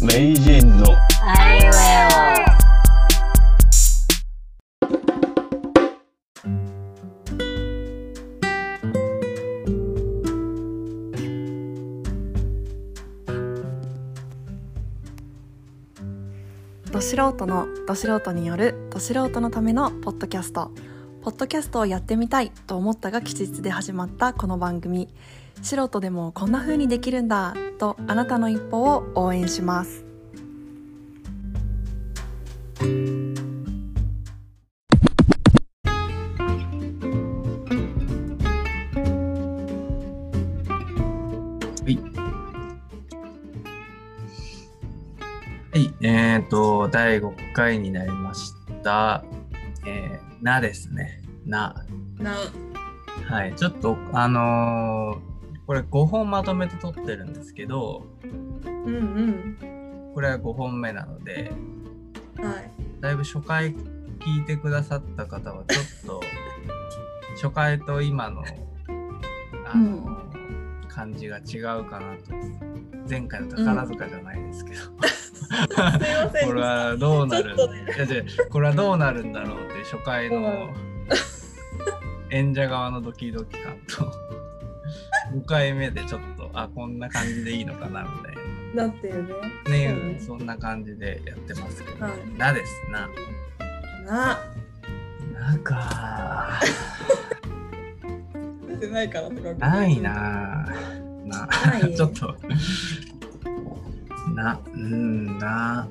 名人のアイウェど素人のど素人によるど素人のためのポッドキャストポッドキャストをやってみたいと思ったが吉日で始まったこの番組素人でもこんな風にできるんだとあなたの一歩を応援しますはい、えー、と、第5回になりました。えー、なですね。な。なはい、ちょっと、あのーこれ5本まとめて撮ってるんですけど、うんこれは5本目なので、うん はいだいぶ初回聞いてくださった方は、ちょっと、初回と今の、あのー感じが違うかなと。前回の宝塚じゃないですけど、すいませんこれはどうなるちょっとねいや違うこれはどうなるんだろうって初回の演者側のドキドキ感と5回目でちょっとあこんな感じでいいのかなみたいなってるねなそうねねそんな感じでやってますけど、はいなですなななか出てないからとかないななないちょっとなうんな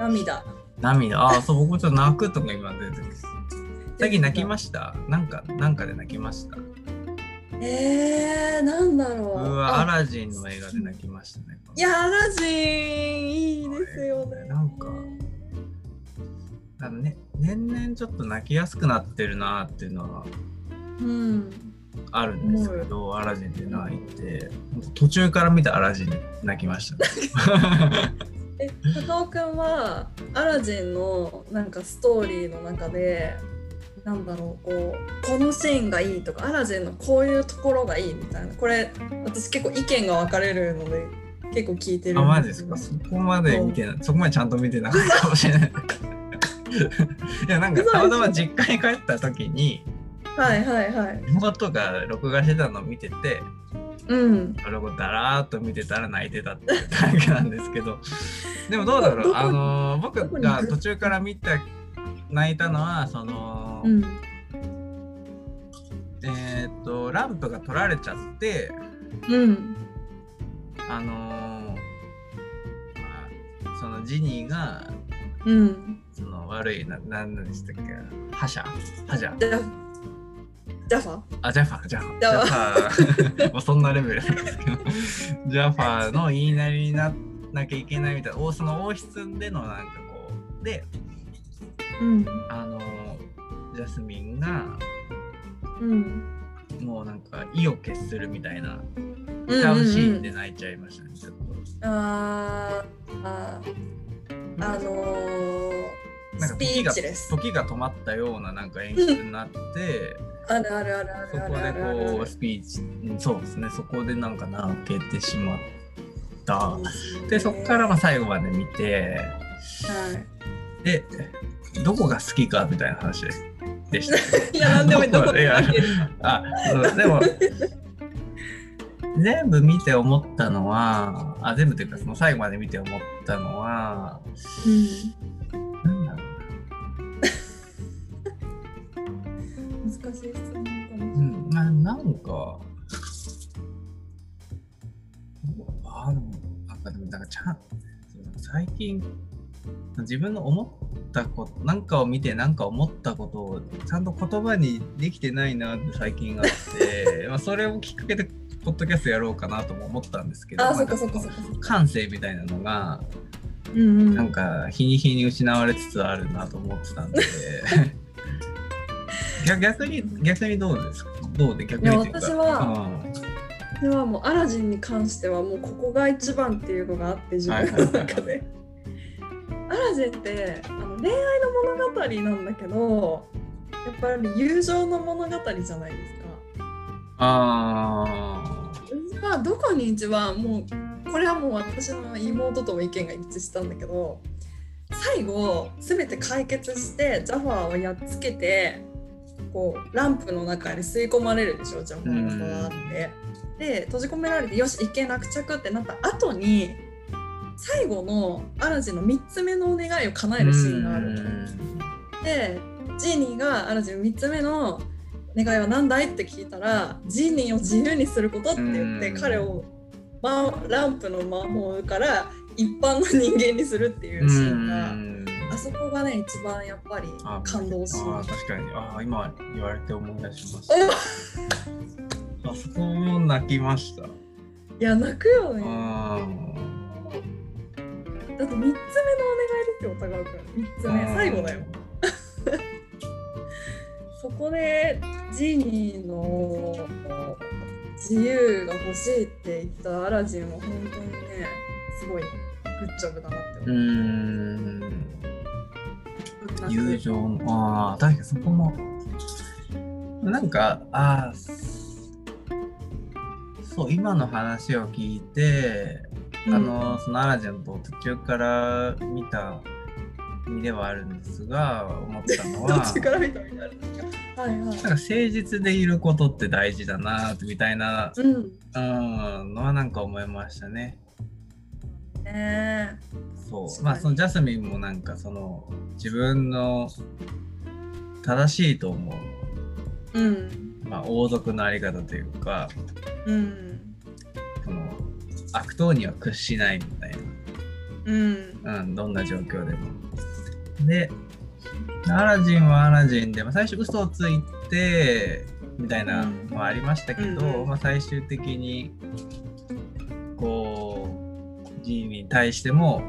涙涙あそう僕ちょっと泣くとか今出てきた最近泣きましたなんかなんかで泣きましたえー、なんだろううあわ、アラジンの映画で泣きましたね。いやアラジンいいですよねなんか、あのね、年々ちょっと泣きやすくなってるなっていうのはうんあるんですけど、アラジンで泣いて、途中から見たアラジンで泣きました、ね。え高尾くんはアラジンのなんかストーリーの中でなんだろうこうこのシーンがいいとかアラジンのこういうところがいいみたいなこれ私結構意見が分かれるので結構聞いてるあ、んマジですかそこまで見てない、そこまでちゃんと見てなかったかもしれない。いや、なんかたまたま実家に帰った時に、はいはいはい妹が録画してたのを見てて、うんそれをだらーっと見てたら泣いてたっていうだけなんですけ どでもどうだろどうこあのー僕どこに行がく途中から見た泣いたのはその、うんえーっとランプが取られちゃってうんあのーまあそのジニーがうんその悪いな何でしたっけ覇者覇者ジャジャファあジャファジャファジジャャフファ もうそんなレベルなんですけどジャファの言いなりにななきゃいけないみたいなおその王室でのなんかこうでうんあのジャスミンがうんもうなんか意を決するみたいなうん歌うシーンで泣いちゃいましたね、ちょっあーあーあのーとなんスかピ時ーがチです時が止まったようななんか演出になって、あるあるあるあるそあこるあでるあこるうスピーチうんそうですねそこでなんか泣けてしまったでそこからまあ最後まで見てはでどこが好きかみたいな話でしたい、いやなんでもいいどこでもいけるあそう でも全部見て思ったのはあ全部というかその最後まで見て思ったのはなんだろうん、難しい質問かう、うん、ななんかあのなんかでもなんかちゃんそう最近自分の思ったことなんかを見てなんか思ったことをちゃんと言葉にできてないなって最近あって まあそれをきっかけでポッドキャストやろうかなとも思ったんですけどなあまそっかそっかそっか感性みたいなのがうんうんなんか日に日に失われつつあるなと思ってたん で逆逆に逆にどうですかどうで逆にというかいや私はではもうアラジンに関してはもうここが一番っていうのがあって自分の中で。アラジンってあの恋愛の物語なんだけどやっぱり友情の物語じゃないですか。うん、あうちはどこに一番もうこれはもう私の妹とも意見が一致したんだけど最後全て解決してジャファーをやっつけてこうランプの中に吸い込まれるでしょジャファーがバーって。で閉じ込められてよし一見落着ってなった後に最後のアラジンの3つ目のお願いを叶えるシーンがあるの。でジーニーがアラジン3つ目の願いは何だいって聞いたらジーニーを自由にすることって言ってうん彼を、ま、ランプの魔法から一般の人間にするっていうシーンがあそこがね一番やっぱりあ感動しあまあした。確かにああ今言われて思い出しましうんたあそこも泣きましたいや泣くよねあだって3つ目のお願いですよお互いから3つ目最後だよそこでジーニーの自由が欲しいって言ったアラジンは本当にねすごいグッジョブだなってう思う。ん友情のああ確かにそこもなんかああそう今の話を聞いてあのそのアラジンと途中から見た身ではあるんですが思ったの どはっちから見たみたいな。はいはい。なんか誠実でいることって大事だなみたいな、うん。うん、のはなんか思いましたね。ねそう確かにまあそのジャスミンもなんかその自分の正しいと思う、え。うん。まあ、王族のあり方というかうん。その悪党には屈しないみたいな。うん。うん、どんな状況でも。で、アラジンはアラジンで、まあ、最初嘘をついてみたいなのはありましたけど、うんうんまあ、最終的にこうジーニーに対しても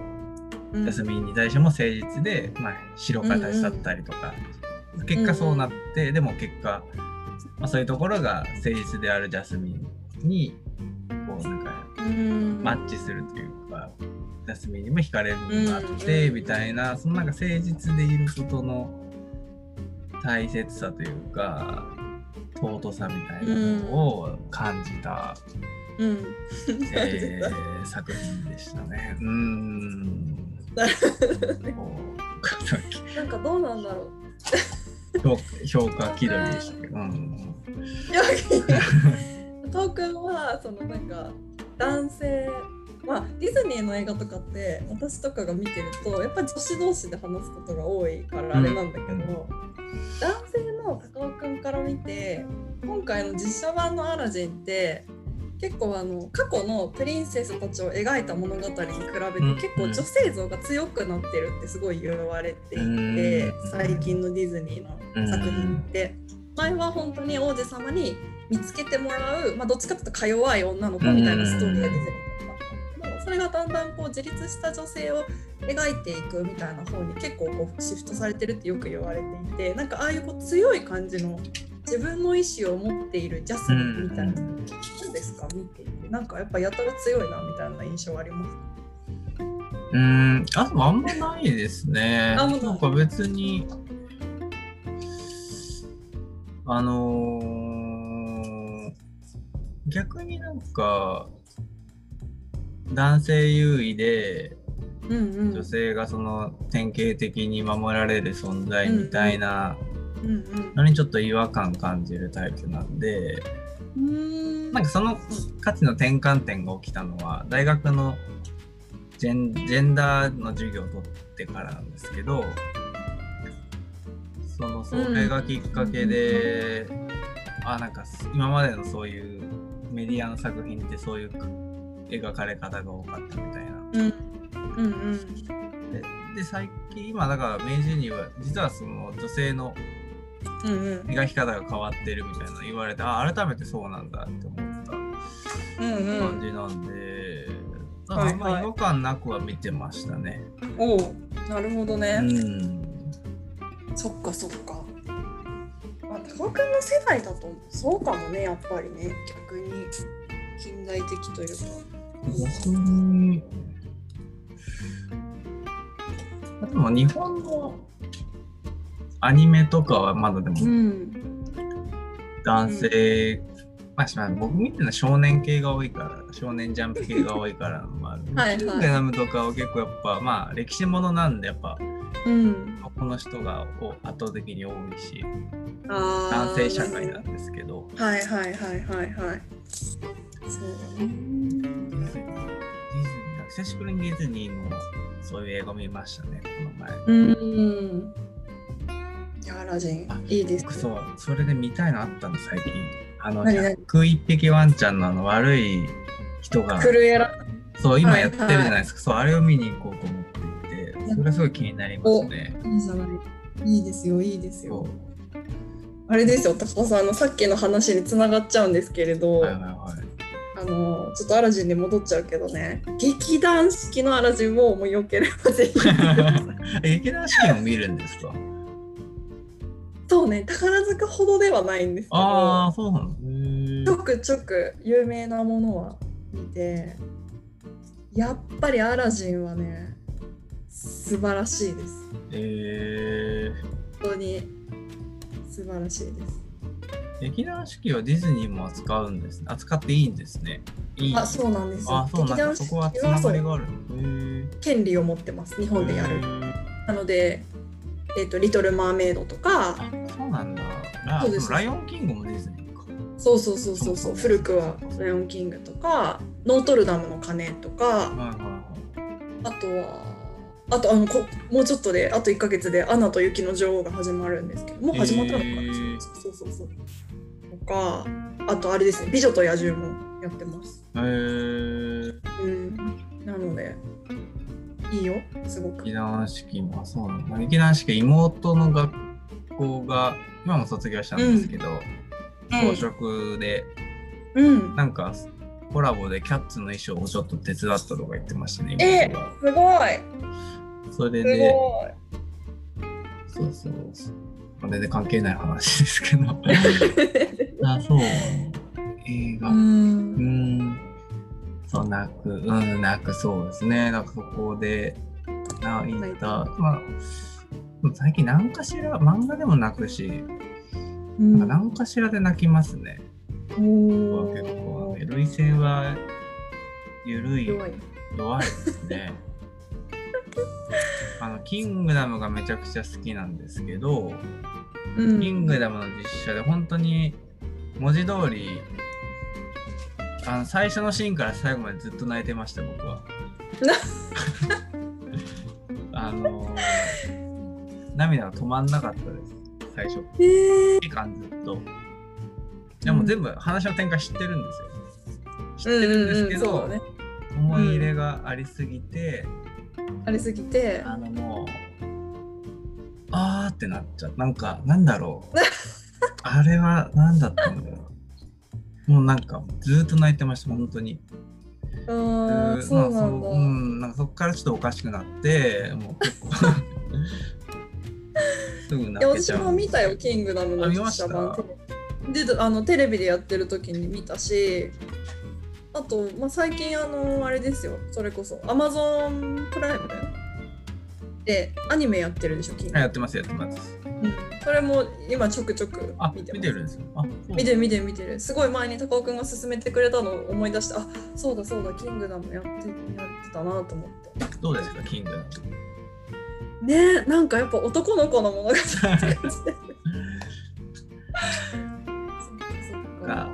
うんヤスミンに対しても誠実で、まあ、白か立ち去ったりとか、結果そうなって、でも結果、まあ、そういうところが誠実であるジャスミンにこうなんかうん。マッチするというか休みにも惹かれる部分があって、うんみたいなそのなんか誠実でいることの大切さというか尊さみたいなのを感じた、うん。えー作品でしたね。うーんこなんかどうなんだろう。う評評価気取りでしたけど、うん、 いやトークンはそのなんか男性まあディズニーの映画とかって私とかが見てるとやっぱり女子同士で話すことが多いからあれなんだけど、うん男性の高尾くんから見て今回の実写版の「アラジン」って結構あの過去のプリンセスたちを描いた物語に比べてうん結構女性像が強くなってるってすごい言われていて、うん最近のディズニーの作品って、前は本当に王子様に見つけてもらう、まあ、どっちかというとか弱い女の子みたいなストーリーが出てるのかなでもそれがだんだんこう自立した女性を描いていくみたいな方に結構こうシフトされてるってよく言われていてなんかああいうこう強い感じの自分の意思を持っているジャスミンみたいな、どうですか見ていてなんかやっぱやたら強いなみたいな印象はありますうーん、あでもあんまないですね。あんまないなんか別に、あのー逆になんか、男性優位でうんうん女性がその典型的に守られる存在みたいなうんうんのにちょっと違和感感じるタイプなんで、うーんなんかその価値の転換点が起きたのは大学のジェンジェンダーの授業を取ってからなんですけどそのそれがきっかけで、あなんか今までのそういうメディアの作品ってそういう描かれ方が多かったみたいな。うんうんうんでで最近今だから明治には実はその女性のうんうん描き方が変わってるみたいなの言われてあ改めてそうなんだって思った。うんう感んじなんで、はいはいあんま違和感なくは見てましたね。おおなるほどね、うん、そっかそっか。あ、高尾くんの世代だとそうかもね、やっぱりね、逆に近代的というか。逆にでも日本のアニメとかはまだでもん。男性まあしまあ、僕みたいな少年系が多いから、少年ジャンプ系が多いからのもある。はいはいキングダムとかは結構やっぱ、まあ歴史ものなんで、やっぱうん、男の人がお圧倒的に多いし、男男性社会なんですけど、はいはいはいはいはい。そうだね。ディズニー、久しぶりにディズニーのそういう映画見ましたね、この前。うん。いや、アラジンあ、いいです僕。そう、それで見たいのあったの、最近。あの、何々101匹ワンちゃんのあの悪い人が。クルエラ。そう、今やってるじゃないですか。そう、あれを見に行こうと思っていて、それはすごい気になりますね。いいじゃない。いいですよ、いいですそよ。あれですよ、高尾さん、あの、さっきの話に繋がっちゃうんですけれど、う。はいはいはい。あの、ちょっとアラジンに戻っちゃうけどね、劇団四季のアラジンも、もうよければ ぜひ。え劇団四季も見るんですかそうね、宝塚ほどではないんですけあどあ、、そうなのちょくちょく有名なものは見て、やっぱりアラジンはね、素晴らしいです。え本当に素晴らしいです。ー、劇団四季はディズニーも扱うんですね。扱っていいんですね。いい。あ、そうなんですあよ。そうなんだ。そ劇こ団は四つ季なはそがりうがあるの。へー権利を持ってます。日本でやへる。ーなので、えっ、とリトルマーメイドとか、あそうなんだ。ラそうですライオンキングもディズニーか。そうそうそうそうそう。古くはライオンキングとか、ノートルダムの鐘とか、はいはいはい。あとは。あとあのこもうちょっとであと1か月で「アナと雪の女王」が始まるんですけどもう始まったのかな、へーそうそうそうとかあとあれですね「美女と野獣」もやってますえー、うんなのでいいよすごく劇団四季もそうなんだ劇団四季妹の学校が今も卒業したんですけどうん朝食でうん、なんかコラボでキャッツの衣装をちょっと手伝ったとか言ってましたねえ妹がすごいそれすでごいそうそうそうまあ全然関係ない話ですけど あそう映画ううんんそう泣くうん泣くそうですねなんかそこで泣いたまあでも最近何かしら漫画でも泣くしうなんんか何かしらで泣きますね。お結構、ね、涙腺は緩い、弱いです ね。あの、キングダムがめちゃくちゃ好きなんですけど、うんキングダムの実写で本当に文字通り、あの最初のシーンから最後までずっと泣いてました、僕 は。あの涙が止まんなかったです、最初。えー期間ずっと。でも全部話の展開知ってるんですよ。知ってるんですけど、うんうんうんそうだね思い入れがありすぎて、ありすぎてあのもう、あーってなっちゃう。なんか、なんだろ う。あれは何だったんだろう。もうなんか、ずーっと泣いてました、本当に。あうーーそうまあそなんだ、のうん、なんかそこからちょっとおかしくなって、もう結構。すぐいや泣け私ちゃう。も見たよ「キングダム」のあ見ま実した写版であのテレビでやってる時に見たしあと、まあ、最近あのあれですよそれこそ Amazon プライムでアニメやってるでしょキングあやダムってます、やってます。うんそれも今ちょくちょくあ、見見ててまするんですよ。あ、そう見てる見てる見てるすごい前に高尾くんが勧めてくれたのを思い出してあそうだそうだキングダムやってやってたなと思ってどうですか、キングダム。ねえなんかやっぱ男の子の物語って感じでそっかそっか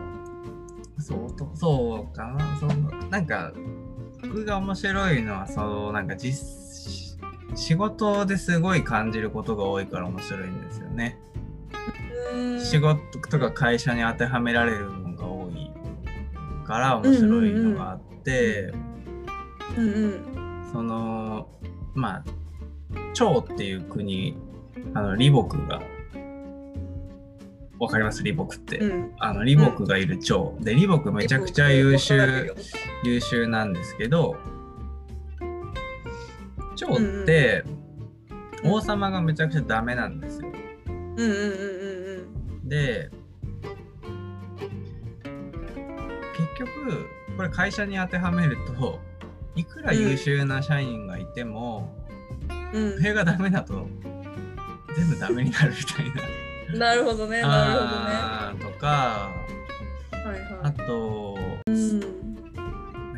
そうと、そうかな、その、なんか。僕が面白いのは、その、なんか、実。仕事ですごい感じることが多いから面白いんですよね。うーん仕事とか会社に当てはめられるのが多いから面白いのがあって、うんうんそのまあ趙っていう国あの李牧がわかります李牧って、うんあの李牧がいる蝶、で李牧めちゃくちゃ優秀優秀なんですけど蝶ってうん王様がめちゃくちゃダメなんですよ。うんうんうんうんうんで結局これ会社に当てはめるといくら優秀な社員がいても、うん上がダメだと全部ダメになるみたいな。なるほどねなるほどねはあーとかいはあとうんなん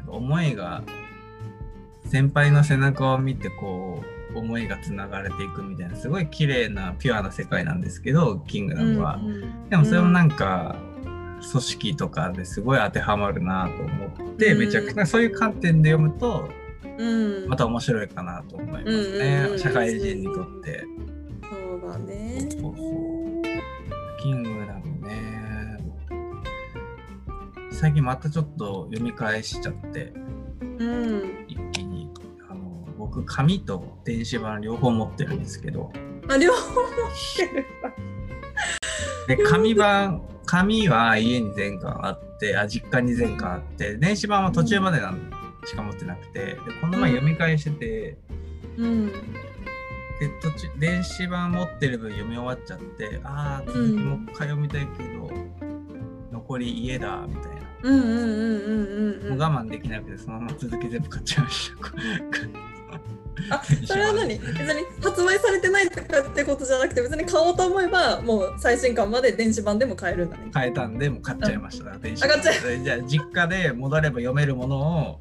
か思いが先輩の背中を見てこう思いがつながれていくみたいなすごい綺麗なピュアな世界なんですけどキングダムは、うんでもそれもなんか、組織とかですごい当てはまるなと思って、うんめちゃくちゃそういう観点で読むとうんまた面白いかなと思いますね、うんうん社会人にとって、そうだねそうそうキングダムね最近またちょっと読み返しちゃってうん一気にあの僕紙と電子版両方持ってるんですけどあ両方持っ てるで紙版紙は家に全巻あってあ実家に全巻あって電子版は途中までなんしか持ってなくてでこの前読み返してて、うんで途中電子版持ってる分読み終わっちゃってああ続きもう一回読みたいけど、残り家だみたいな。うんうんうんうんうんうもうん我慢できなくてそのまま続き全部買っちゃいました。あそれは 何別に発売されてないとかってことじゃなくて別に買おうと思えばもう最新刊まで電子版でも買えるんだね変えたんでもう買っちゃいました。電子あ買っちゃじゃあ実家で戻れば読めるものを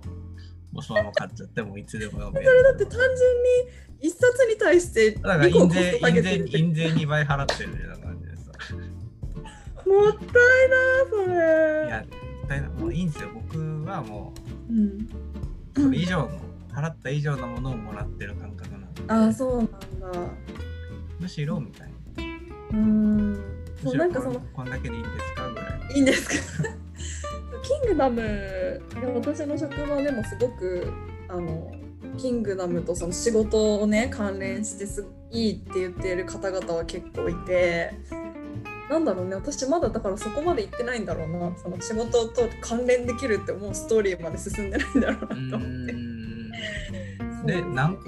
もうそのまま買っちゃってもういつでも読める。だって単純に一冊に対してだから2印個コス税ト下げ印て税るってもっ印税2倍払ってるみたいな感じでさ。たいなーそいやれ絶対なもういいんですよ。僕はもうんうそれ以上の払った以上のものをもらってる感覚なんであそうなんだむしろみたいな。うーんそむうしなろんかそこんのこんだけでいいんですかぐらい。いいんですかキングダムで私の職場でもすごくあのキングダムとその仕事をね関連してすいいって言っている方々は結構いてなんだろうね私まだだからそこまで行ってないんだろうなその仕事と関連できるってもうストーリーまで進んでないんだろううなと思って。ーんでなんか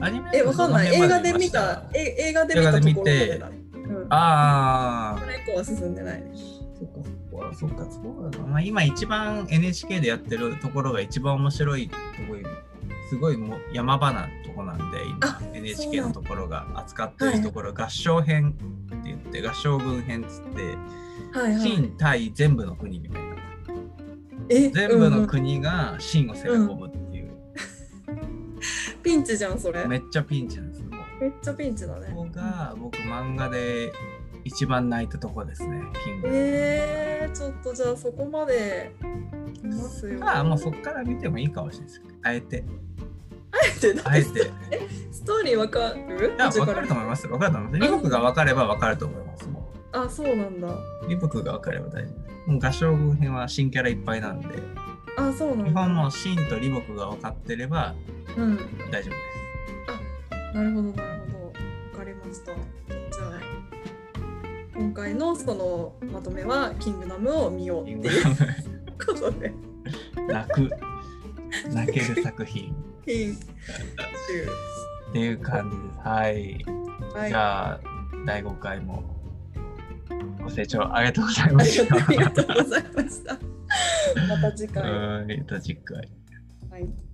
どアニメえ、わかんない。映画で見どのた辺ま、え映画で見たところまでだね。うん、あそあ。れ以降は進んでないね。そっかそっかそっかまあ、今一番 NHK でやってるところが一番面白いとこすごいもう山場なとこなんで今あ NHK そうなのんだところが扱ってるところ、合唱編って言って合唱軍編っつってはいはい。秦対全部の国みたいなえ、全う部んうのん国が秦を攻め込むっていう、ピンチじゃんそれ。めめっっちゃピンチなんですよこちゃピンチだね。こが僕漫画で一番泣いたとこですねキングダムえー、ちょっとじゃあそこまでいますよ。 まあもうそっから見てもいいかもしれないですあえてってあえて。ストーリーわかるいや、分かると思います。分かると思います。リブクが分かれば分かると思います。もあ、そうなんだ。うリブクが分かれば大丈夫です。もう合唱軍編は新キャラいっぱいなんで、あ、そうな基んだ。本もうシンとリボクが分かってればうん。大丈夫でなるほどなるほど。わかりました。じゃあ今回のそのまとめはキングダムを見ようす。リってングいう ことで。泣く、泣ける作品ピンチ。っていう感じです。はい。はいじ。ゃあ、第5回もご清聴ありがとうございあまりしがとうありがた。とうございました。また次回。ははい、また次回。い。